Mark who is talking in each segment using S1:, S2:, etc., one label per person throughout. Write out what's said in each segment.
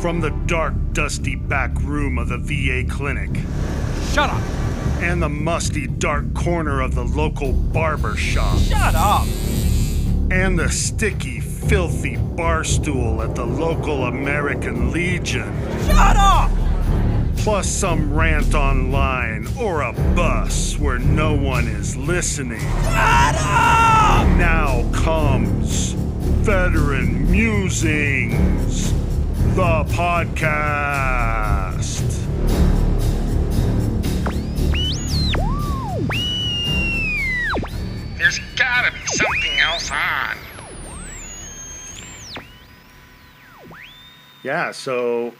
S1: from the dark, dusty back room of the VA clinic
S2: Shut up!
S1: and the musty, dark corner of the local barber shop
S2: Shut up!
S1: and the sticky, filthy bar stool at the local American Legion.
S2: Shut up!
S1: plus some rant online or a bus where no one is listening.
S2: Shut up!
S1: Now comes Veteran Musings, the podcast.
S3: There's gotta be something else on.
S1: Yeah, so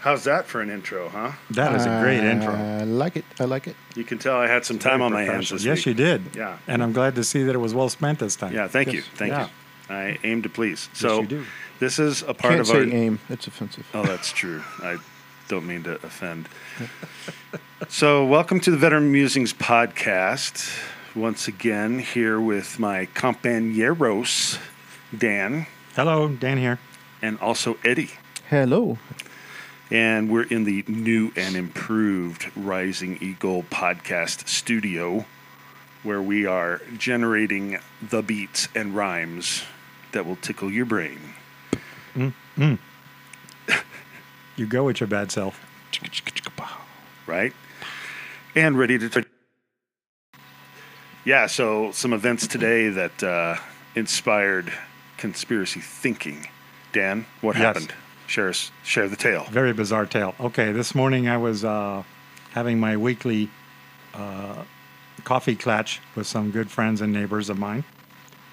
S1: how's that for an intro, huh?
S4: That is a great intro.
S5: I like it. I like it.
S1: You can tell I had some time on my hands
S4: Professional.
S1: this
S4: Yes,
S1: week.
S4: you did.
S1: Yeah.
S4: And I'm glad to see that it was well spent this time.
S1: Yeah, thank you.
S5: Yes.
S1: Thank
S4: Yeah.
S1: you. I aim to please. So
S4: you do.
S1: this is a part
S5: Can't
S1: of
S5: say
S1: our
S5: aim. It's offensive.
S1: Oh, that's true. I don't mean to offend. so, welcome to the Veteran Musings podcast. Once again, here with my compañeros, Dan,
S4: Hello, Dan here.
S1: and also Eddie.
S5: Hello.
S1: And we're in the new and improved Rising Eagle podcast studio where we are generating the beats and rhymes that will tickle your brain.
S4: You go with your bad self.
S1: right? And ready to. yeah, so some events today that uh, inspired conspiracy thinking. Dan, what
S4: Yes.
S1: happened? Share us, share the tale.
S4: Very bizarre tale. Okay, this morning I was uh, having my weekly uh, coffee clatch with some good friends and neighbors of mine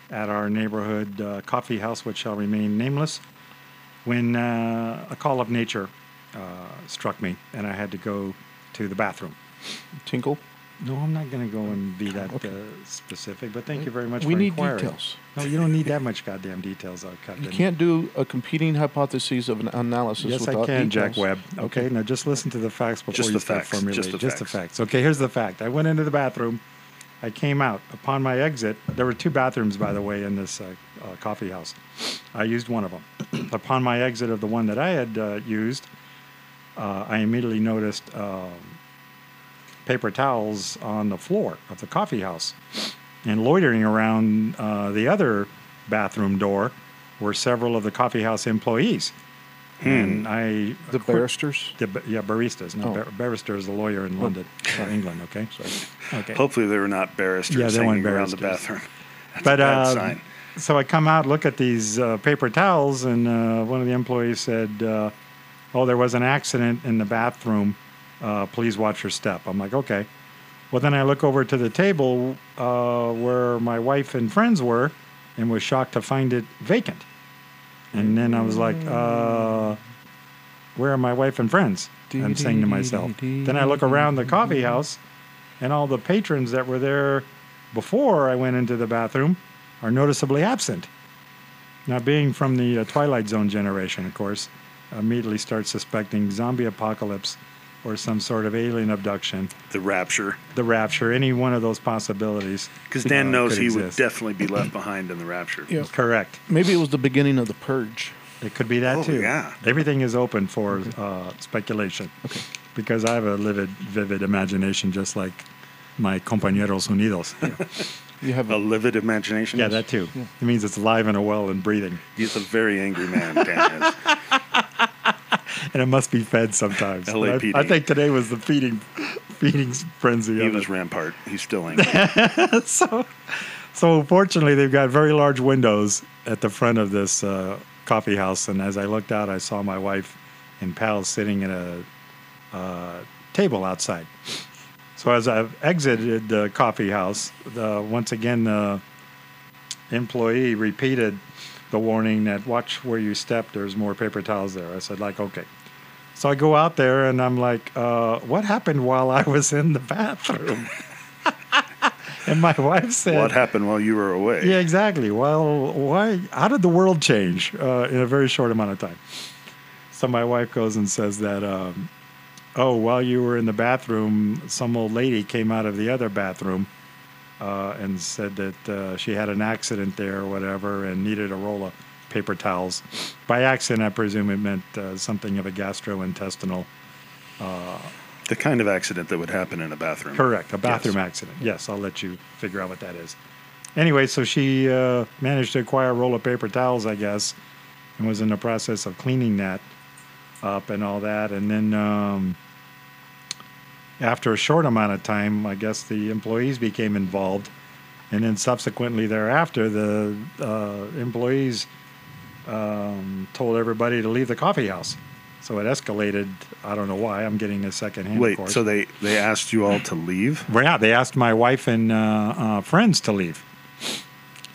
S4: at our neighborhood uh, coffee house, which shall remain nameless, when uh, a call of nature uh, struck me and I had to go to the bathroom.
S5: Tinkle.
S4: No, I'm not going to go and be that uh, specific, but thank you very much
S5: We
S4: for
S5: need
S4: inquiring.
S5: details.
S4: No, you don't need that much goddamn details, uh, Captain.
S5: You can't do a competing hypothesis of an analysis
S4: Yes, I
S5: without
S4: can, Jack
S5: details.
S4: Webb. Okay, now just listen to the facts before
S1: Just
S4: you
S1: the
S4: start
S1: facts.
S4: formulating.
S1: Just the facts.
S4: Okay, here's the fact. I went into the bathroom. I came out. Upon my exit, there were two bathrooms, by the way, in this uh, uh, coffee house. I used one of them. Upon my exit of the one that I had uh, used, uh, I immediately noticed um paper towels on the floor of the coffee house. And loitering around uh, the other bathroom door were several of the coffee house employees. And I
S5: Hmm. The barristers.
S4: the, ba- yeah, baristas. No,
S5: Oh.
S4: bar- barrister is a lawyer in London, or England. Okay. Okay.
S1: Hopefully, they were not barristers
S4: Yeah, they weren't
S1: hanging around the
S4: barristers.
S1: bathroom.
S4: but
S1: bad
S4: uh,
S1: sign.
S4: so I come out, look at these uh, paper towels, and uh, one of the employees said, uh, "Oh, there was an accident in the bathroom. Uh, please watch your step." I'm like, "Okay." Well, then I look over to the table uh, where my wife and friends were, and was shocked to find it vacant. And then I was like, uh, "Where are my wife and friends?" I'm saying to myself. Then I look around the coffee house, and all the patrons that were there before I went into the bathroom are noticeably absent. Now, being from the uh, Twilight Zone generation, of course, I immediately start suspecting zombie apocalypse or some sort of alien abduction,
S1: The rapture,
S4: the rapture, any one of those possibilities.
S1: because Dan
S4: uh,
S1: knows
S4: could
S1: he
S4: exist.
S1: would definitely be left behind in the rapture.
S5: Yeah.
S4: Correct.
S5: Maybe it was the beginning of the purge.
S4: It could be that
S1: Oh,
S4: too.
S1: yeah.
S4: Everything is open for uh, speculation. Okay. Because I have a livid, vivid imagination, just like my compañeros unidos.
S5: You have
S1: A
S4: Oh,
S5: a,
S1: livid imagination.
S4: yeah,
S1: is-
S4: that too. It means it's alive and well and breathing.
S1: He's a very angry man. Dan is.
S4: and it must be fed sometimes. But I-
S1: LAPD.
S4: I, think today was the feeding, feeding frenzy.
S1: He
S4: of
S1: was
S4: it.
S1: Rampart. He's still angry.
S4: so, so fortunately, they've got very large windows at the front of this uh, coffee house. And as I looked out, I saw my wife and pals sitting at a uh, table outside. So as I've exited the coffee house, the, once again the employee repeated the warning that watch where you step. There's more paper towels there. I said like okay. So I go out there and I'm like, uh, what happened while I was in the bathroom? and my wife said,
S1: what happened while you were away?
S4: yeah, exactly. Well, why? How did the world change uh, in a very short amount of time? So my wife goes and says that, um, oh, while you were in the bathroom, some old lady came out of the other bathroom uh, and said that uh, she had an accident there or whatever and needed a roll of paper towels. By accident, I presume it meant uh, something of a gastrointestinal.
S1: The kind of accident that would happen in a bathroom.
S4: Correct, a bathroom
S1: Yes.
S4: accident. Yes, I'll let you figure out what that is. Anyway, so she uh, managed to acquire a roll of paper towels, I guess, and was in the process of cleaning that up and all that. And then um, after a short amount of time, I guess the employees became involved. And then subsequently thereafter, the uh, employees um, told everybody to leave the coffee house. So it escalated. I don't know why. I'm getting a second hand.
S1: Wait,
S4: of course.
S1: so they, they asked you all to leave?
S4: Well, yeah, they asked my wife and uh, uh, friends to leave.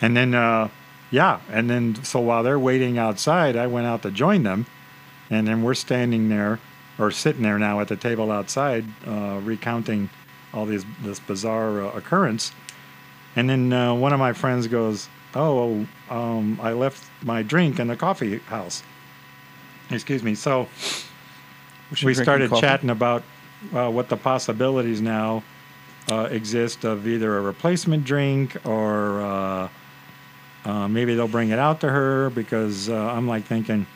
S4: And then, uh, yeah, and then so while they're waiting outside, I went out to join them. And then we're standing there or sitting there now at the table outside, uh, recounting all these this bizarre uh, occurrence. And then uh, one of my friends goes, "Oh, um, I left my drink in the coffee house." Excuse me. So
S5: Was she
S4: we
S5: drinking
S4: started
S5: coffee?
S4: chatting about uh, what the possibilities now uh, exist of either a replacement drink or uh, uh, maybe they'll bring it out to her because uh, I'm like thinking,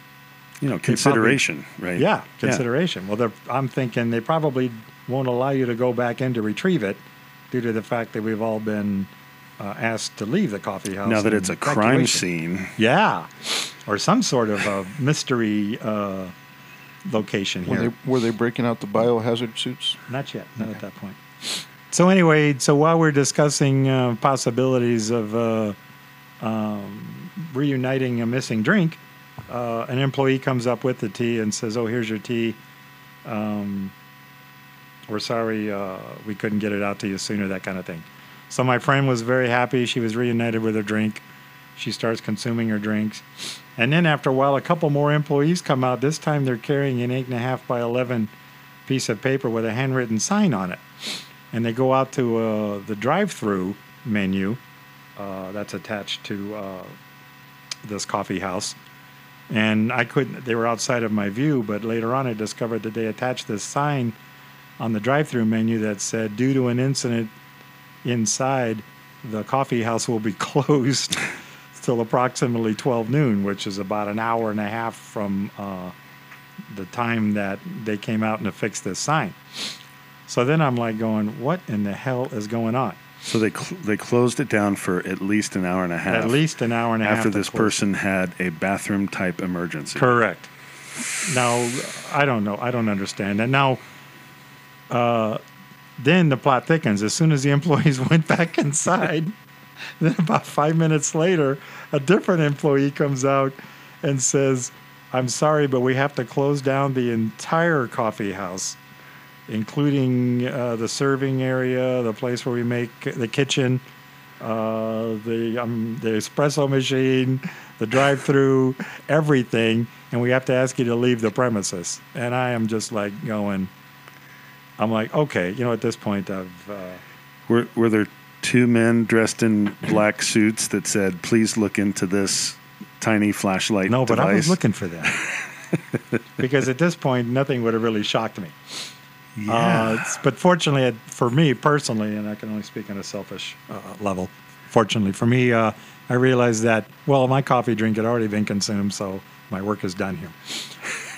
S1: You know, consideration, right?
S4: yeah, consideration. Well, they're, I'm thinking they probably won't allow you to go back in to retrieve it due to the fact that we've all been uh, asked to leave the coffee house.
S1: Now that
S4: in
S1: it's a crime
S4: evacuation.
S1: scene,
S4: Yeah, or some sort of a mystery uh, location here.
S5: Were they, were they breaking out the biohazard suits?
S4: Not yet. Not at that point. So anyway, so while we're discussing uh, possibilities of uh, um, reuniting a missing drink, uh, an employee comes up with the tea and says, "Oh, here's your tea. Um, we're sorry uh, we couldn't get it out to you sooner." That kind of thing. So my friend was very happy. She was reunited with her drink. She starts consuming her drinks, and then after a while, a couple more employees come out. This time, they're carrying an eight and a half by eleven piece of paper with a handwritten sign on it. And they go out to uh, the drive through menu uh, that's attached to uh, this coffee house. And I couldn't, they were outside of my view, but later on I discovered that they attached this sign on the drive through menu that said, due to an incident inside, the coffee house will be closed till approximately 12 noon, which is about an hour and a half from. Uh, the time that they came out and to fix this sign. So then I'm like going, what in the hell is going on?
S1: so they cl- they closed it down for at least an hour and a half.
S4: At least an hour and a half.
S1: after
S4: to
S1: this
S4: close.
S1: person had a bathroom type emergency.
S4: Correct. Now, I don't know. I don't understand that. Now, uh, then the plot thickens. As soon as the employees went back inside, then about five minutes later, a different employee comes out and says, I'm sorry, but we have to close down the entire coffee house, including uh, the serving area, the place where we make the kitchen uh, the um, the espresso machine, the drive-through, everything, and we have to ask you to leave the premises. And I am just like going, I'm like, okay, you know, at this point, I've uh,
S1: Were, were there two men dressed in black suits that said, "Please look into this tiny flashlight"?
S4: no, but
S1: device?
S4: I was looking for that because at this point, nothing would have really shocked me. Uh,
S1: Yeah.
S4: it's- but fortunately, it- for me personally, and I can only speak on a selfish uh, level, fortunately for me, uh, I realized that, well, my coffee drink had already been consumed, so my work is done here.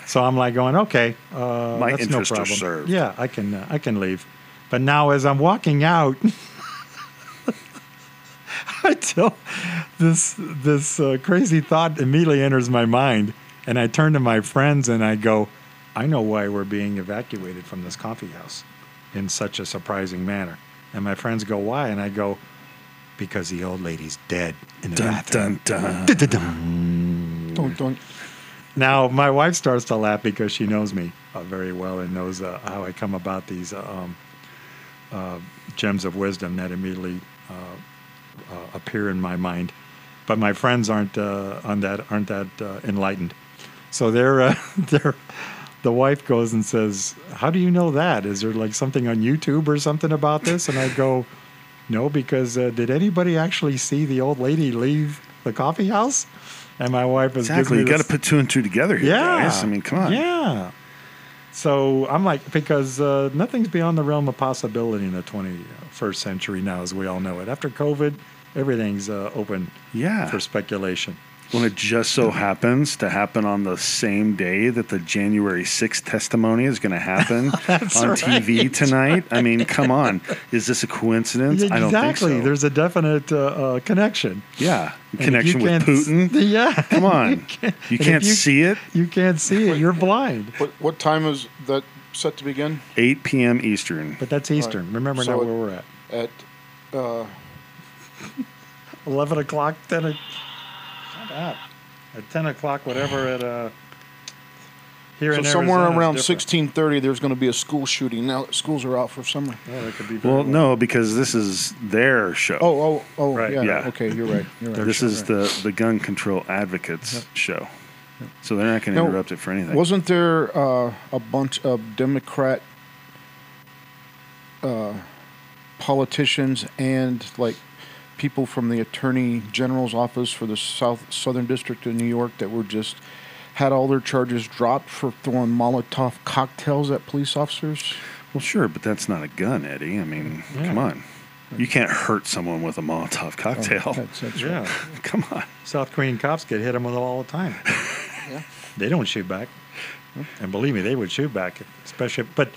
S4: So I'm like going, okay, uh,
S1: My
S4: that's
S1: interests
S4: no
S1: are
S4: problem.
S1: served.
S4: Yeah, I can, uh, I can leave. But now as I'm walking out, I tell this this uh, crazy thought immediately enters my mind, and I turn to my friends and I go, "I know why we're being evacuated from this coffee house in such a surprising manner." And my friends go, "Why?" And I go, "Because the old lady's dead in the
S1: dun,
S4: bathroom."
S1: dun, dun.
S5: Don't, don't.
S4: Mm. Now, my wife starts to laugh because she knows me uh, very well and knows uh, how I come about these uh, um, uh, gems of wisdom that immediately uh, uh, appear in my mind. But my friends aren't uh, on that aren't that uh, enlightened. So they're, uh, they're the wife goes and says, "How do you know that? Is there like something on YouTube or something about this?" And I go, "No, because uh, did anybody actually see the old lady leave the coffee house?" And my wife is
S1: Exactly. You
S4: Giving me
S1: got
S4: this-
S1: to put two and two together here,
S4: yeah.
S1: guys. I mean, come on.
S4: Yeah. So I'm like, because uh, nothing's beyond the realm of possibility in the 21st century now, as we all know it. After COVID, everything's uh, open
S1: Yeah.
S4: for speculation.
S1: when it just so happens to happen on the same day that the January 6th testimony is going to happen on TV tonight. I mean, come on. Is this a coincidence? I don't think
S4: exactly.
S1: so.
S4: There's a definite uh, uh, connection.
S1: yeah.
S4: And if
S1: Connection
S4: you
S1: with
S4: can't s-
S1: Putin.
S4: yeah.
S1: Come on.
S4: can't-
S1: You
S4: and if
S1: can't
S4: you-
S1: see it?
S4: You can't see it. You're blind.
S5: What, what time is that set to begin?
S1: 8 p.m. Eastern.
S4: But that's Eastern. Remember
S5: So
S4: now
S5: it-
S4: where we're at.
S5: At uh,
S4: 11 o'clock, 10 o'clock. Shut up. At 10 o'clock, whatever, at uh, here
S5: so
S4: in
S5: somewhere
S4: Arizona is
S5: around
S4: different.
S5: sixteen thirty, there's going to be a school shooting. Now schools are out for summer.
S4: Oh, that could be very
S1: Well, no, because this is their show.
S5: Oh, oh, oh,
S4: Right,
S5: yeah,
S1: yeah.
S5: Okay, you're right. You're right.
S1: this is the, the gun control advocates show. So they're not going to
S5: No,
S1: interrupt it for anything.
S5: Wasn't there uh, a bunch of Democrat uh, politicians and like people from the Attorney General's office for the South Southern District of New York that were just had all their charges dropped for throwing Molotov cocktails at police officers?
S1: Well, sure, but that's not a gun, Eddie. I mean, come on. You can't hurt someone with a Molotov
S4: Oh,
S1: cocktail.
S5: That's, that's right.
S4: Yeah.
S1: come on.
S4: South Korean cops get hit them with them all the time.
S5: Yeah.
S4: They don't shoot back. And believe me, they would shoot back, especially. But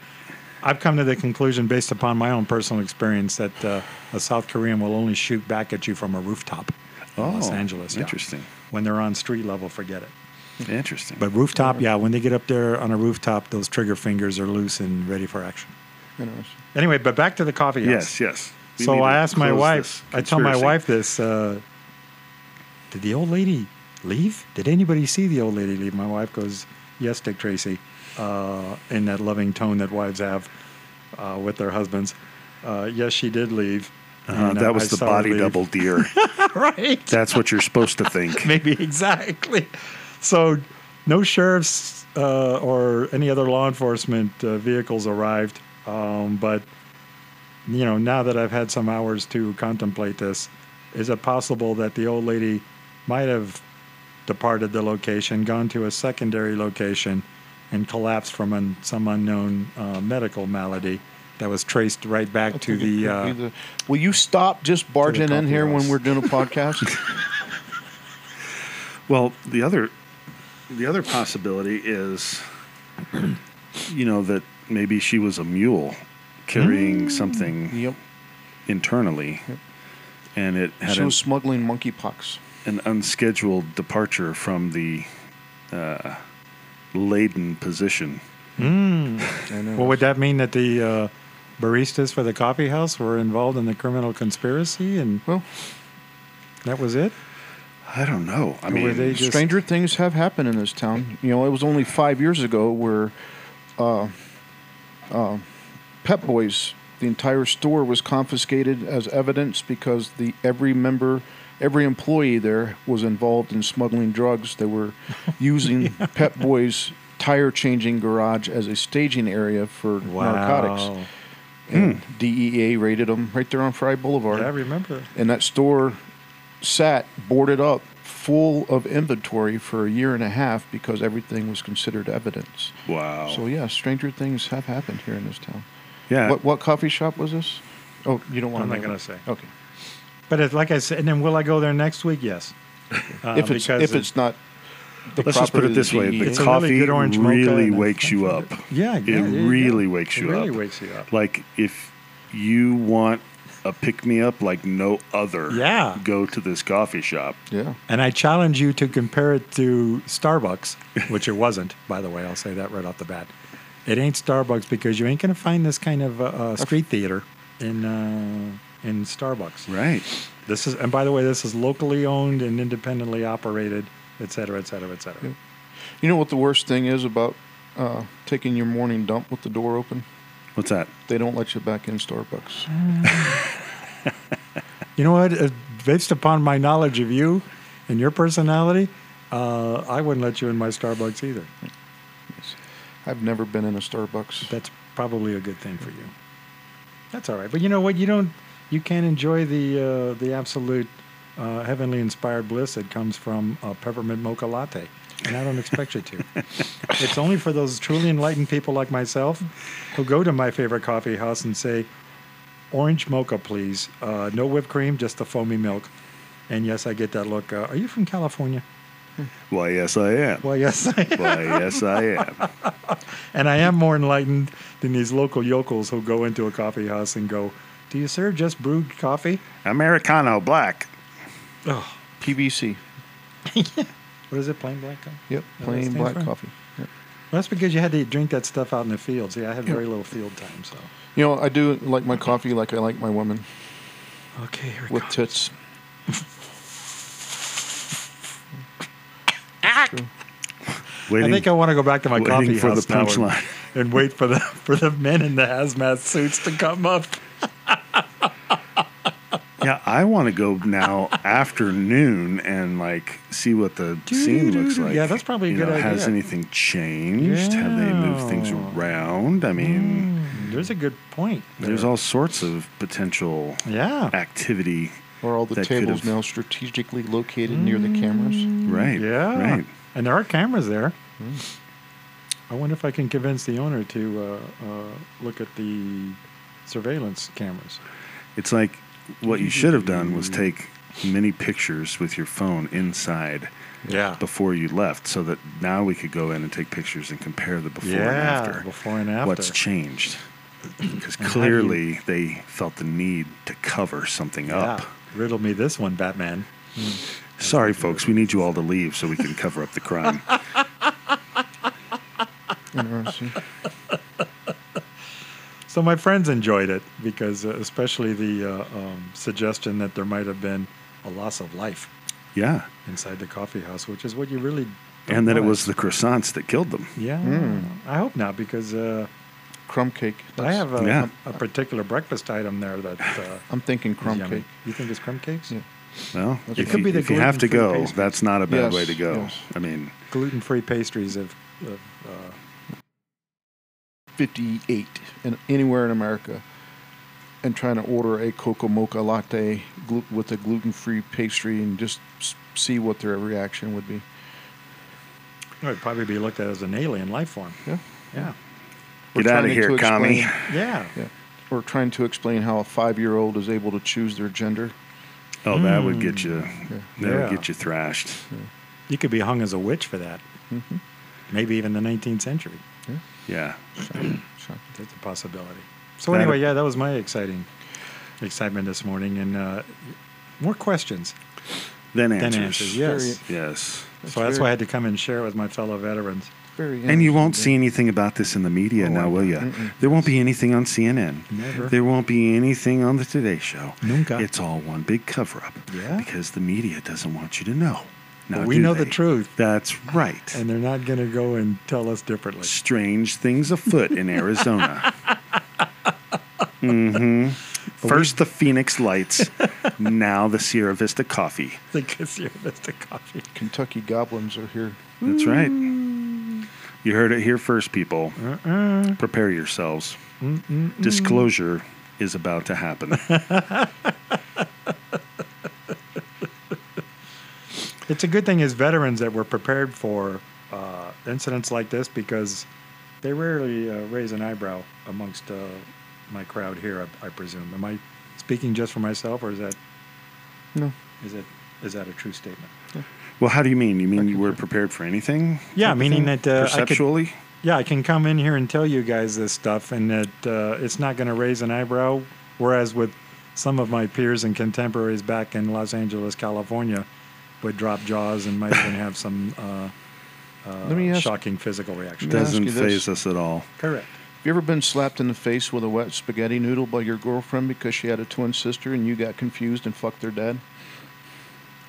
S4: I've come to the conclusion, based upon my own personal experience, that uh, a South Korean will only shoot back at you from a rooftop in Los
S1: Oh,
S4: Angeles. yeah.
S1: interesting.
S4: When they're on street level, forget it.
S1: Interesting.
S4: But rooftop, yeah, when they get up there on a rooftop, those trigger fingers are loose and ready for action.
S5: Interesting.
S4: Anyway, but back to the coffee
S1: yes,
S4: house.
S1: yes. We need
S4: So
S1: to
S4: I asked my
S1: close
S4: wife.
S1: this
S4: I tell my
S1: conspiracy.
S4: wife this. Uh, Did the old lady leave? Did anybody see the old lady leave? My wife goes, "Yes, Dick Tracy," uh, in that loving tone that wives have uh, with their husbands. Uh, yes, she did leave.
S1: Uh,
S4: And, uh,
S1: that was
S4: I
S1: the
S4: saw her
S1: body
S4: leave.
S1: double deer.
S4: right?
S1: That's what you're supposed to think.
S4: Maybe exactly. So, no sheriffs uh, or any other law enforcement uh, vehicles arrived. Um, but you know, now that I've had some hours to contemplate this, is it possible that the old lady might have departed the location, gone to a secondary location, and collapsed from an, some unknown uh, medical malady that was traced right back to the? Uh,
S5: Either- Will you stop just barging in
S4: coffee
S5: here
S4: house.
S5: when we're doing a podcast?
S1: Well, the other the other possibility is you know that maybe she was a mule carrying something
S5: yep.
S1: internally and it had
S5: She
S1: an-
S5: was smuggling monkeypox.
S1: an unscheduled departure from the uh, laden position.
S4: Well, would that mean that the uh, baristas for the coffee house were involved in the criminal conspiracy and
S5: Well,
S4: that was it?
S1: I don't know. I
S4: were
S1: mean,
S4: they just-
S5: Stranger things have happened in this town. You know, it was only five years ago where uh, uh, Pep Boys, the entire store was confiscated as evidence because the every member, every employee there was involved in smuggling drugs. They were using Pep Boys tire changing garage as a staging area for narcotics.
S4: Wow. Hmm.
S5: And DEA raided them right there on Fry Boulevard
S4: Yeah, I remember.
S5: and that store sat boarded up full of inventory for a year and a half because everything was considered evidence.
S1: wow. Uh,
S5: So yeah, stranger things have happened here in this town.
S1: yeah.
S5: What what coffee shop was this? Oh, you don't want
S4: I'm
S5: to
S4: not gonna say.
S5: Okay.
S4: But it, like I said, and then will I go there next week? Yes. Uh,
S5: if it's
S4: because
S5: if
S4: it-
S5: it's not the E.
S1: Let's just put
S5: property
S1: it
S5: of
S1: this way:
S5: DEA.
S1: the
S4: It's a really
S1: coffee
S4: good orange mocha
S1: really
S4: and a-
S1: wakes you up. it
S4: Yeah, yeah, there you go.
S1: really wakes
S4: It
S1: you up.
S4: really wakes you up.
S1: Like if you want a pick me up like no other,
S4: Yeah.
S1: go to this coffee shop.
S5: yeah.
S4: And I challenge you to compare it to Starbucks, which it wasn't, by the way. I'll say that right off the bat. It ain't Starbucks because you ain't going to find this kind of uh, uh, street theater in uh, in Starbucks.
S1: Right.
S4: This is, and by the way, this is locally owned and independently operated, et cetera, et cetera, et cetera.
S5: You know what the worst thing is about uh, taking your morning dump with the door open?
S1: What's that?
S5: They don't let you back in Starbucks.
S4: Uh. You know what? Uh, Based upon my knowledge of you and your personality, uh, I wouldn't let you in my Starbucks either.
S5: I've never been in a Starbucks.
S4: That's probably a good thing for you. That's all right. But you know what? You don't. You can't enjoy the uh, the absolute uh, heavenly inspired bliss that comes from a peppermint mocha latte, and I don't expect you to. It's only for those truly enlightened people like myself who go to my favorite coffee house and say, "Orange mocha, please. Uh, no whipped cream, just the foamy milk." And yes, I get that look. Uh, Are you from California?
S1: Why, yes, I am.
S4: Well, yes, I am.
S1: Why, yes, I am.
S4: and I am more enlightened than these local yokels who go into a coffee house and go, "Do you sir just brewed coffee?"
S1: Americano black.
S4: Oh,
S5: PVC.
S4: what is it, plain black coffee?
S5: Yep,
S4: that
S5: plain
S4: stands
S5: black
S4: for-
S5: coffee. Yep.
S4: Well, that's because you had to drink that stuff out in the fields. Yeah, I had very little field time, so.
S5: You know, I do like my coffee like I like my woman
S4: Okay, here we
S5: with
S4: go.
S5: tits.
S1: Waiting,
S4: I think I want to go back to my
S1: waiting
S4: coffee
S1: for
S4: house
S1: the
S4: now
S1: punchline.
S4: and, and wait for the for the men in the hazmat suits to come up.
S1: yeah, I want to go now afternoon and like see what the scene looks
S4: Doo-doo-doo.
S1: like.
S4: Yeah, that's probably a
S1: You
S4: good
S1: know, Has
S4: idea.
S1: anything changed? Have they moved things
S4: Yeah.
S1: around? I mean,
S4: There's a good point.
S1: there's all sorts of potential
S4: yeah.
S1: activity.
S5: Are all the
S1: That Mm. could've-
S5: tables now strategically located near the cameras?
S1: Right.
S4: Mm. Yeah.
S1: Right.
S4: And there are cameras there. I wonder if I can convince the owner to uh, uh, look at the surveillance cameras.
S1: It's like what you should have done was take many pictures with your phone inside
S4: Yeah.
S1: before you left so that now we could go in and take pictures and compare the before and
S4: Yeah,
S1: after.
S4: before and after.
S1: What's changed? Because
S4: how do you-
S1: clearly they felt the need to cover something up.
S4: Yeah. Riddle me this one, Batman.
S1: Sorry, folks, we need you all to leave so we can cover up the crime.
S5: Interesting.
S4: So my friends enjoyed it because, uh, especially the uh, um, suggestion that there might have been a loss of life
S1: yeah.
S4: inside the coffee house, which is what you really. don't
S1: And that it
S4: want.
S1: was the croissants that killed them.
S4: Yeah, I hope not because uh,
S5: crumb cake.
S4: I have a,
S1: Yeah.
S4: a particular breakfast item there that uh,
S5: I'm thinking
S4: is
S5: crumb
S4: yummy.
S5: cake.
S4: You think it's crumb cakes?
S5: Yeah.
S1: Well, if,
S5: That's right.
S1: you,
S4: Could be the
S1: if you have to
S4: gluten-free
S1: go,
S4: pastries.
S1: that's not a bad
S5: Yes,
S1: way to go.
S5: yes.
S1: I mean,
S4: Gluten-free pastries of, of uh,
S5: 58 in, anywhere in America and trying to order a cocoa mocha latte glu- with a gluten free pastry and just s- see what their reaction would be.
S4: it would probably be looked at as an alien life form.
S5: Yeah.
S4: Yeah,
S1: Get outta
S5: trying
S1: here,
S5: to
S1: commie.
S5: explain-
S4: yeah.
S5: Yeah. We're trying to explain how a five year old is able to choose their gender.
S1: oh, that would get you, that
S4: Mm. Yeah.
S1: would get you thrashed.
S4: You could be hung as a witch for that. Maybe even the 19th century.
S1: Yeah.
S5: So,
S4: That's a possibility. So
S1: That-
S4: anyway, yeah, that was my exciting excitement this morning, and uh, more questions
S1: Then
S4: than
S1: answers.
S4: answers. Yes.
S1: Yes.
S4: so that's
S5: very-
S4: why I had to come and share it with my fellow veterans.
S5: Very
S1: And you won't see anything about this in the media now, will you? There won't be anything on CNN.
S4: Oh, Never.
S1: There won't be anything on the Today Show.
S4: Nunca.
S1: It's all one big cover up.
S4: Yeah.
S1: Because the media doesn't want you to know. Now,
S4: But we
S1: do
S4: know the
S1: they?
S4: truth.
S1: That's right.
S4: And they're not going to go and tell us differently.
S1: Strange things afoot in Arizona. hmm First the Phoenix Lights, now the Sierra Vista Coffee.
S4: Because you're just a coffee.
S5: Kentucky goblins are here.
S1: That's right.
S4: Mm.
S1: You heard it here first, people.
S4: Uh-uh.
S1: Prepare yourselves. Disclosure is about to happen.
S4: It's a good thing as veterans that we're prepared for uh, incidents like this because they rarely uh, raise an eyebrow amongst uh, my crowd here. I, I presume. Am I speaking just for myself, or is that
S5: No.
S4: is it is that a true statement?
S1: well, how do you mean? You mean you were prepared for anything?
S4: Yeah,
S1: Type of
S4: meaning
S1: thing?
S4: that, uh, I could-
S1: perceptually.
S4: Yeah, I can come in here and tell you guys this stuff, and that uh, it's not going to raise an eyebrow. Whereas with some of my peers and contemporaries back in Los Angeles, California, would drop jaws and might even have some uh,
S5: Let me ask
S4: shocking physical reaction.
S5: Let me ask
S1: doesn't
S5: you this.
S1: phase us at all.
S4: Correct.
S5: Have you ever been slapped in the face with a wet spaghetti noodle by your girlfriend because she had a twin sister and you got confused and fucked their dad?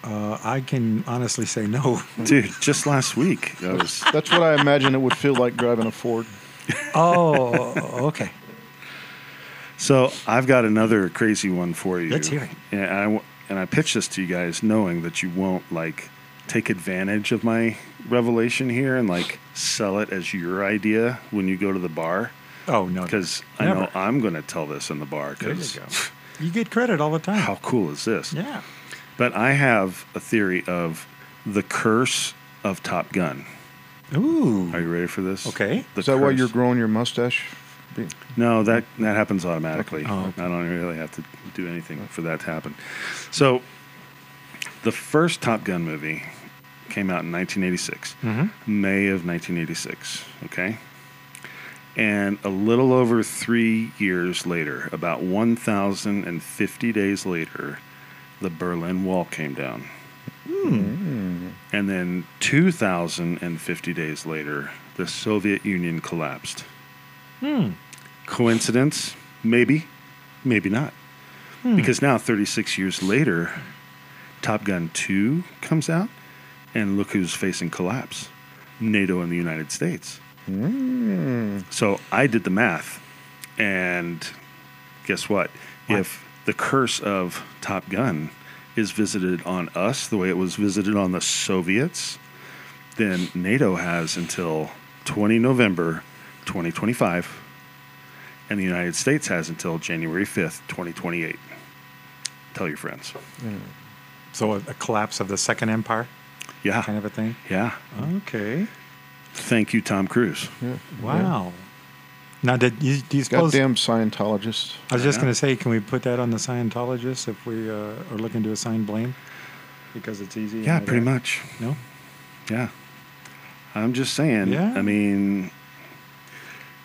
S4: Uh, I can honestly say no.
S1: Dude, just last week, I was
S5: That's what I imagine it would feel like driving a Ford.
S4: oh, okay.
S1: So I've got another crazy one for you.
S4: Let's hear it.
S1: And I, w- and I pitched this to you guys knowing that you won't like take advantage of my revelation here and like sell it as your idea when you go to the bar
S4: Oh no,
S1: because I know
S4: Never.
S1: I'm going to tell this in the bar
S4: There you
S1: because
S4: go. You get credit all the time.
S1: how cool is this?
S4: Yeah.
S1: But I have a theory of the curse of Top Gun.
S4: Ooh.
S1: Are you ready for this?
S4: Okay.
S1: The
S5: Is that why
S1: curse-
S5: you're growing your mustache? Be-
S1: No, that that happens automatically.
S4: Oh, okay.
S1: I don't really have to do anything for that to happen. So, the first Top Gun movie came out in 1986,
S4: Mm-hmm.
S1: May of 1986. Okay. And a little over three years later, about 1,050 days later, the Berlin Wall came down.
S4: Hmm.
S1: And then 2,050 days later, the Soviet Union collapsed. Coincidence? Maybe, maybe not. Because now, 36 years later, Top Gun 2 comes out, and look who's facing collapse NATO and the United States. So I did the math, and guess what? If the curse of Top Gun is visited on us the way it was visited on the Soviets, then NATO has until 20 November 2025, and the United States has until January 5th, 2028. Tell your friends.
S4: So a, a collapse of the Second Empire
S1: Yeah.
S4: kind of a thing.
S1: Yeah.
S4: Okay.
S1: Thank you, Tom Cruise.
S4: Wow. Now, did you, do you suppose?
S5: Goddamn Scientologists.
S4: I was just
S1: Yeah.
S4: going to say, can we put that on the Scientologists if we uh, are looking to assign blame? Because it's easy. and
S1: Yeah,
S4: they
S1: pretty
S4: don't-
S1: much.
S4: No.
S1: Yeah. I'm just saying.
S4: Yeah.
S1: I mean,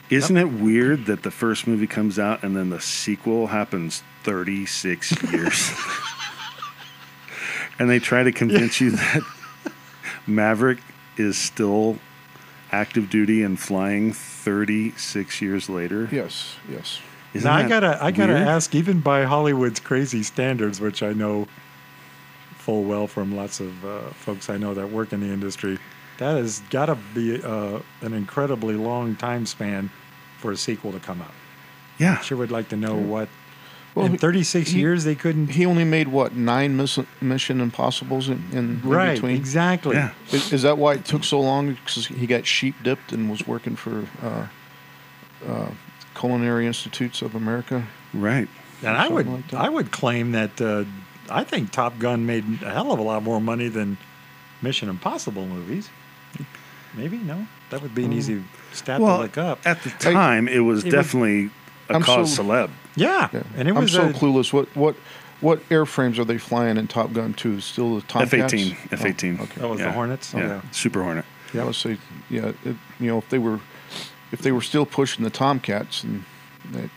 S1: isn't it weird that the first movie comes out and then the sequel happens 36 years? and they try to convince you that Maverick is still active duty and flying 36 years later.
S5: Yes, yes.
S1: Isn't
S4: Now I
S1: that
S4: gotta, I gotta
S1: weird?
S4: ask, even by Hollywood's crazy standards, which I know full well from lots of uh, folks I know that work in the industry, that has got to be uh, an incredibly long time span for a sequel to come out.
S1: Yeah.
S4: Sure would like to know what.
S5: Well,
S4: in
S5: he-
S4: 36
S5: he-
S4: years, they couldn't.
S5: He only made what nine miss- Mission Impossible's in, in, in
S4: right,
S5: between.
S4: exactly.
S1: Yeah.
S5: Is, is that why it took so long? Because he got sheep dipped and was working for uh, uh, Culinary Institutes of America.
S1: Right.
S4: And I
S5: Something
S4: would,
S5: like that.
S4: I would claim that uh, I think Top Gun made a hell of a lot more money than Mission Impossible movies. Maybe no, that would be
S5: Oh.
S4: an easy stat
S1: Well,
S4: to look up.
S1: at the time, it was
S4: It was-
S1: definitely a
S5: I'm so-
S1: cause celeb.
S4: yeah.
S5: Yeah.
S4: and it was
S5: I'm so
S4: a,
S5: clueless. What what what airframes are they flying in Top Gun 2? Still the Tomcats?
S1: F eighteen.
S5: Oh,
S1: F eighteen.
S5: okay.
S4: That was the Hornets.
S1: Yeah.
S4: Okay.
S1: Super Hornet.
S5: Yeah, let's say yeah. It, you know, if they were if they were still pushing the Tomcats and they,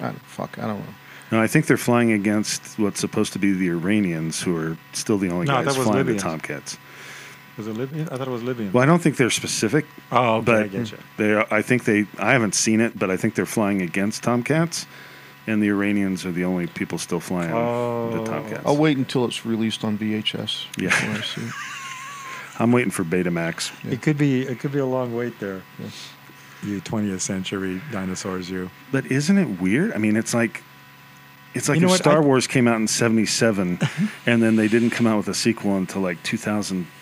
S5: I don't, fuck, I don't know.
S1: No, I think they're flying against what's supposed to be the Iranians, who are still the only
S4: No, that
S1: guys
S4: was
S1: flying
S4: Libyans.
S1: the Tomcats.
S4: Was it Libyan? I thought it was Libyan.
S1: Well, I don't think they're specific.
S4: Oh, okay,
S1: but
S4: I
S5: mm,
S4: get you.
S1: They, are, I think they. I haven't seen it, but I think they're flying against Tomcats, and the Iranians are the only people still flying
S4: Oh.
S1: the Tomcats.
S5: I'll wait until it's released on VHS.
S1: Yeah.
S5: before I see it.
S1: I'm waiting for Betamax.
S4: It could be. It could be a long wait there. You 20th century dinosaurs, you.
S1: But isn't it weird? I mean, it's like it's like
S4: You know
S1: if
S4: what,
S1: Star
S4: I- Uh-huh.
S1: Wars came out in '77, and then they didn't come out with a sequel until like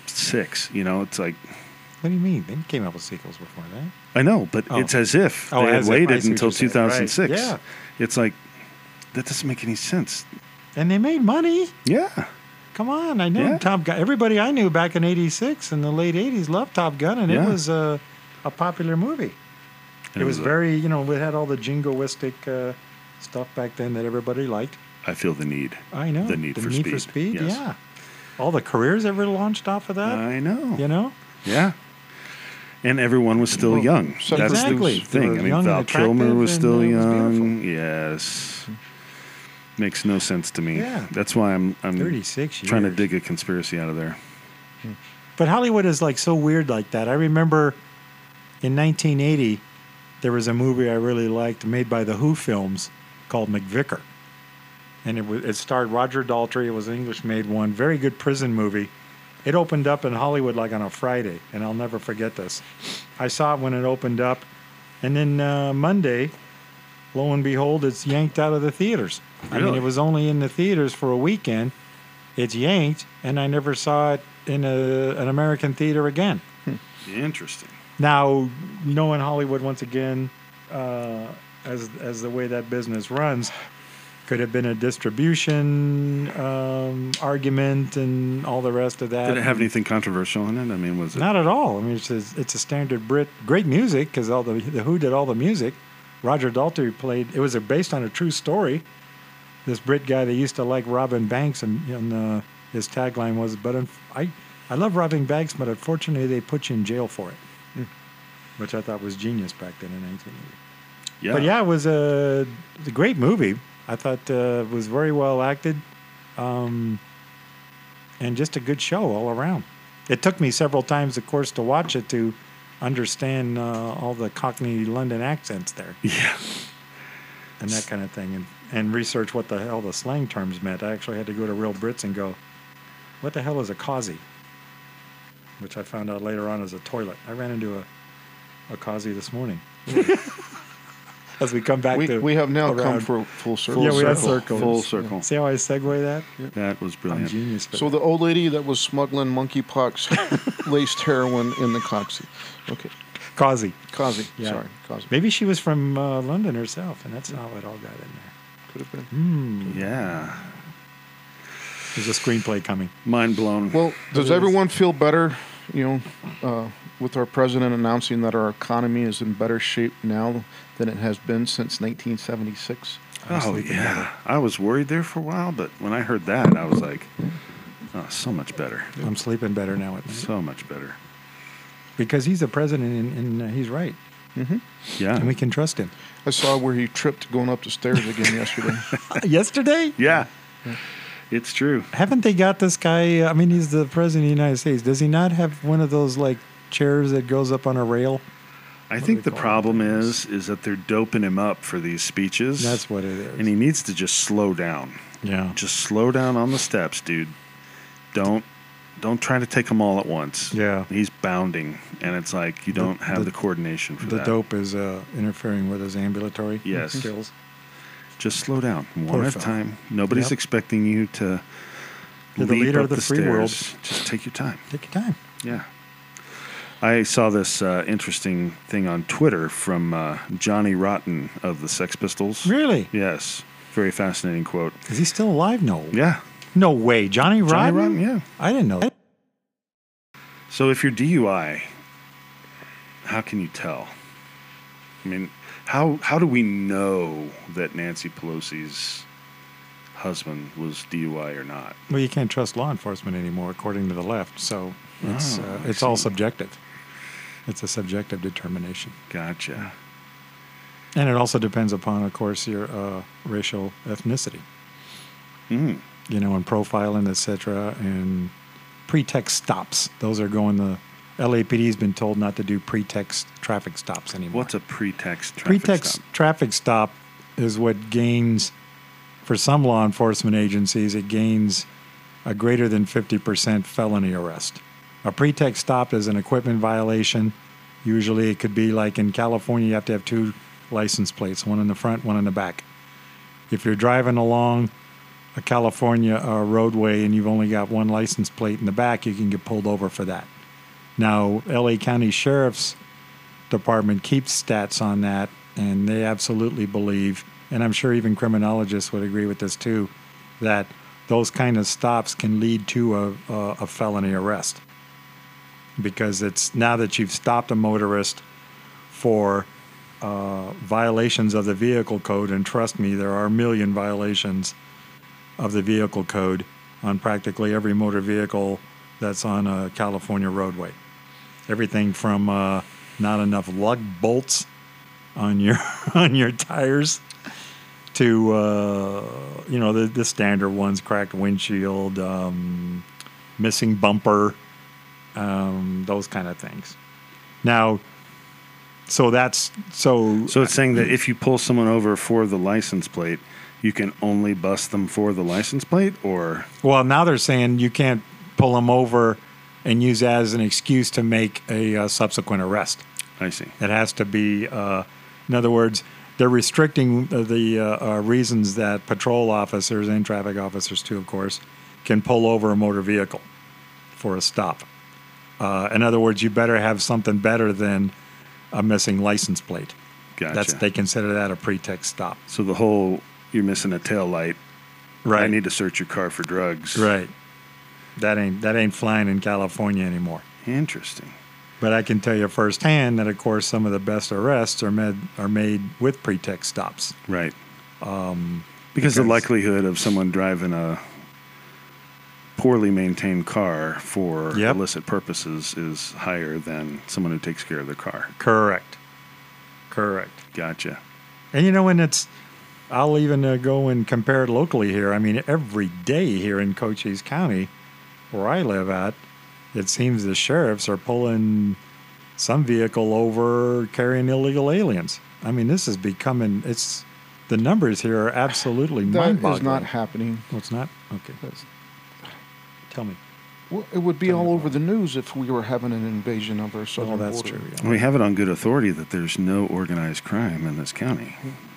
S1: 2006. You know, it's like
S4: What do you mean? They came out with sequels before that.
S1: I know, but
S4: Oh.
S1: it's as if
S4: Oh,
S1: they had
S4: as if. I
S1: waited
S4: see what
S1: until
S4: you're saying. Right.
S1: 2006.
S4: Yeah.
S1: It's like, that doesn't make any sense.
S4: And they made money.
S1: Yeah.
S4: Come on, I know
S1: Yeah.
S4: Top Gun. Everybody I knew back in '86 and the late '80s loved Top Gun, and
S1: Yeah.
S4: it was a, a popular movie. It, was,
S1: a-
S4: very, you know, we had all the jingoistic uh, stuff back then that everybody liked.
S1: I feel the need.
S4: I know
S1: The Need for
S4: Need for
S1: Speed,
S4: Speed.
S1: yes.
S4: Yeah, all the careers that were launched off of that.
S1: I know.
S4: you know,
S1: Yeah. And everyone was still
S5: Well,
S1: young.
S5: so
S1: That's the
S4: Exactly. They
S1: thing.
S4: were
S1: I mean,
S4: young and
S1: Val Kilmer was
S4: attractive
S1: still
S4: and it was
S1: young. yes. Makes no sense to me.
S4: Yeah.
S1: That's why I'm, I'm
S4: 36
S1: Mm. trying to
S4: years.
S1: dig a conspiracy out of there.
S4: But Hollywood is like so weird like that. I remember in 1980 there was a movie I really liked made by the Who Films called McVicker. And it was it starred Roger Daltrey. It was an English made one, very good prison movie. It opened up in Hollywood like on a Friday, and I'll never forget this. I saw it when it opened up, and then uh, Monday, lo and behold, it's yanked out of the theaters. I mean,
S1: Really?
S4: it was only in the theaters for a weekend, it's yanked, and I never saw it in a, an American theater again.
S1: Interesting.
S4: Now, knowing Hollywood once again, uh, as as the way that business runs, could have been a distribution um, argument and all the rest of that.
S1: Did it have anything controversial in it? I mean, was it?
S4: Um, Not at all. I mean, it's a, it's a standard Brit. Great music because all the the Who did all the music. Roger Daltrey played. It was a, based on a true story. This Brit guy that used to like Robin Banks and, and uh, his tagline was, "But unf- I I love robbing banks, but unfortunately, they put you in jail for it, which I thought was genius back then in 1980.
S1: Yeah.
S4: But yeah, it was a, it was a great movie. I thought uh, it was very well acted, um, and just a good show all around. It took me several times, of course, to watch it to understand uh, all the Cockney London accents there
S1: Yeah.
S4: and that kind of thing, and, and research what the hell the slang terms meant. I actually had to go to Real Brits and go, "What the hell is a causey?" Which I found out later on is a toilet. I ran into a a causey this morning. As we come back
S5: We,
S4: to
S5: we have now come
S4: around-
S5: full, full circle.
S1: Full
S4: yeah, we have
S1: circle.
S4: circles.
S1: Full circle.
S4: See how I segue that?
S1: That was
S4: I'm
S1: brilliant.
S4: genius. but-
S5: So the old lady that was smuggling monkeypox laced heroin in the coxy. Okay,
S4: causey.
S5: Kazi.
S4: Yeah.
S5: Sorry, Kazi.
S4: Maybe she was from uh, London herself, and that's how it all got in there.
S5: Could have been.
S1: Yeah.
S4: There's a screenplay coming.
S1: Mind blown.
S5: Well, does
S4: is.
S5: everyone feel better? You know, uh, with our president announcing that our economy is in better shape now than it has been since 1976.
S1: oh, yeah. I was worried there for a while, but when I heard that, I was like, oh, so much better.
S4: I'm sleeping better now at night
S1: So much better.
S4: because he's the president, and, and uh, he's right,
S1: Yeah.
S4: and we can trust him.
S5: I saw where he tripped going up the stairs again yesterday.
S4: Uh, yesterday,
S1: yeah. It's true.
S4: haven't they got this guy? I mean, he's the president of the United States. Does he not have one of those like chairs that goes up on a rail?
S1: I
S4: do
S1: think
S4: they
S1: the
S4: call
S1: problem is is that they're doping him up for these speeches.
S4: That's what it is.
S1: And he needs to just slow down.
S4: yeah,
S1: Just slow down on the steps, dude. Don't don't try to take them all at once.
S4: Yeah.
S1: He's bounding and it's like you don't have the,
S4: the-
S1: coordination for
S4: the
S1: that.
S4: dope is uh, interfering with his ambulatory
S1: Yes.
S4: skills.
S1: Just slow down. One
S4: Poor
S1: at a
S4: fella.
S1: time. Nobody's
S4: Yep.
S1: expecting you to
S4: You're the
S1: leap
S4: leader
S1: up
S4: of the free world.
S1: stairs. Just take your time.
S4: Take your time.
S1: Yeah. I saw this uh, interesting thing on Twitter from uh, Johnny Rotten of the Sex Pistols.
S4: Really?
S1: Yes. Very fascinating quote.
S4: Is he still alive? No.
S1: Yeah.
S4: No way. Johnny Rotten?
S1: Johnny Rotten, yeah.
S4: I didn't know that.
S1: So if you're DUI, how can you tell? I mean, how how do we know that Nancy Pelosi's husband was DUI or not?
S4: Well, you can't trust law enforcement anymore, according to the left. So it's,
S1: Oh,
S4: uh,
S1: I
S4: it's all
S1: see.
S4: subjective. It's a subjective determination.
S1: Gotcha.
S4: And it also depends upon, of course, your uh, racial ethnicity,
S1: Mm.
S4: you know, and profiling, et cetera, and pretext stops. Those are going the LAPD's been told not to do pretext traffic stops anymore.
S1: What's a pretext? Traffic
S4: pretext
S1: stop?
S4: traffic stop is what gains for some law enforcement agencies it gains a greater than 50% felony arrest a pretext stop is an equipment violation usually it could be like in california you have to have two license plates one in the front one in the back if you're driving along a california uh, roadway and you've only got one license plate in the back you can get pulled over for that now la county sheriff's department keeps stats on that, and they absolutely believe, and I'm sure even criminologists would agree with this too, that those kind of stops can lead to a, a, a felony arrest. Because it's now that you've stopped a motorist for uh, violations of the vehicle code, and trust me, there are a million violations of the vehicle code on practically every motor vehicle that's on a California roadway everything from uh, not enough lug bolts on your on your tires to uh, you know the, the standard ones cracked windshield um, missing bumper um, those kind of things now so that's so
S1: So it's saying that if you pull someone over for the license plate, you can only bust them for the license plate, or
S4: Well, now they're saying you can't pull them over and use that as an excuse to make a uh, subsequent arrest.
S1: I see.
S4: It has to be, uh, in other words, they're restricting the uh, uh, reasons that patrol officers and traffic officers, too, of course, can pull over a motor vehicle for a stop. Uh, in other words, you better have something better than a missing license plate.
S1: Gotcha.
S4: That's they consider that a pretext stop.
S1: so the whole you're missing a tail light.
S4: Right.
S1: I need to search your car for drugs.
S4: right. That ain't that ain't flying in California anymore.
S1: Interesting.
S4: But I can tell you firsthand that, of course, some of the best arrests are made are made with pretext stops.
S1: Right. because the
S4: Um, because-
S1: likelihood of someone driving a poorly maintained car for
S4: Yep.
S1: illicit purposes is higher than someone who takes care of their car.
S4: Correct. Correct.
S1: Gotcha.
S4: And you know, when it's, I'll even uh, go and compare it locally here. I mean, every day here in Cochise County, where I live at, it seems the sheriffs are pulling some vehicle over carrying illegal aliens. I mean, this is becoming, it's, the numbers here are absolutely
S5: That
S4: mind
S5: is
S4: boggling.
S5: not happening.
S4: Oh, it's not? Okay. Tell me.
S5: Well, it would be all over the news if we were having an invasion of our southern
S4: Oh, that's
S5: border.
S4: true. yeah.
S1: We have it on good authority that there's no organized crime in this county.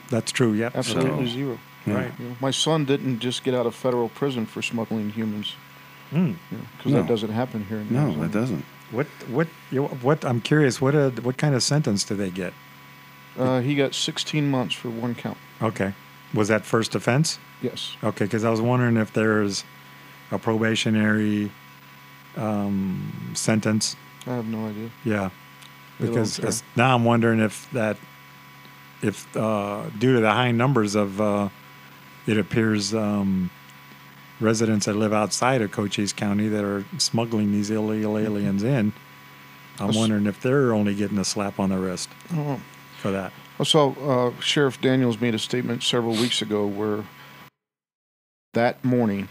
S4: That's true. Yep.
S5: Absolutely
S1: So-
S5: zero.
S4: Right.
S5: You know, my son didn't just get out of federal prison for smuggling humans
S4: Hmm.
S5: because
S1: No.
S5: that doesn't happen here. In
S1: No,
S5: Arizona.
S1: that doesn't.
S4: What? What? you- What? I'm curious. What? A, what kind of sentence do they get?
S5: Uh, he got 16 months for one count.
S4: Okay. Was that first offense?
S5: Yes.
S4: Okay, because I was wondering if there's a probationary um, sentence.
S5: I have no idea.
S4: Yeah,
S5: They don't
S4: because
S5: care.
S4: it's- now I'm wondering if that, if uh, due to the high numbers of, uh, it appears um, residents that live outside of Cochise County that are smuggling these illegal aliens in. I'm
S5: Us-
S4: wondering if they're only getting a slap on the wrist
S5: Oh.
S4: for that.
S5: I saw uh, Sheriff Daniels made a statement several weeks ago where that morning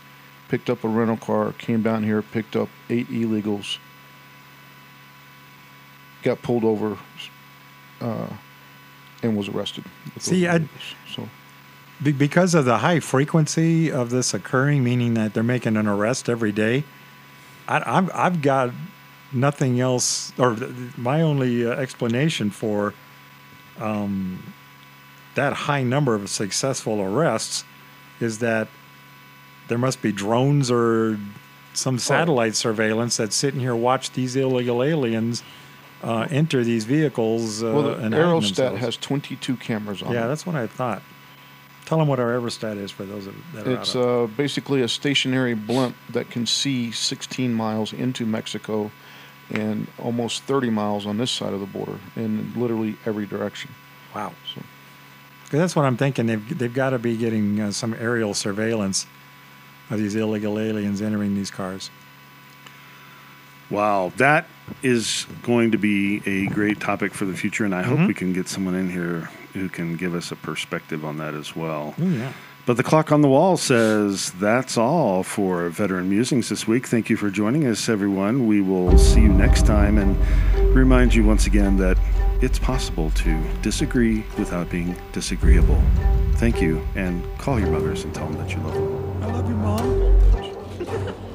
S5: picked up a rental car, came down here, picked up eight illegals, got pulled over, uh, and was arrested. with
S4: See,
S5: those
S4: I-
S5: illegals. so
S4: Be- because of the high frequency of this occurring, meaning that they're making an arrest every day, I, I've, I've got nothing else, or th- th- my only uh, explanation for um, that high number of successful arrests is that there must be drones or some satellite surveillance that's sitting here watch these illegal aliens uh, enter these vehicles. Uh,
S5: well, the
S4: and hide
S5: Aerostat
S4: themselves.
S5: has 22 cameras on
S4: Yeah,
S5: it.
S4: that's what I thought. Tell them what our Everstat is for those of- that are
S5: It's
S4: out. of-
S5: uh, basically a stationary blimp that can see 16 miles into Mexico and almost 30 miles on this side of the border in literally every direction.
S4: wow.
S5: So,
S4: 'Cause that's what I'm thinking. They've they've got to be getting uh, some aerial surveillance of these illegal aliens entering these cars.
S1: Wow, that is going to be a great topic for the future, and I hope we can get someone in here who can give us a perspective on that as well.
S4: Ooh, yeah.
S1: But the clock on the wall says that's all for Veteran Musings this week. Thank you for joining us, everyone. We will see you next time and remind you once again that it's possible to disagree without being disagreeable. Thank you, and call your mothers and tell them that you love them.
S4: I love you, mom.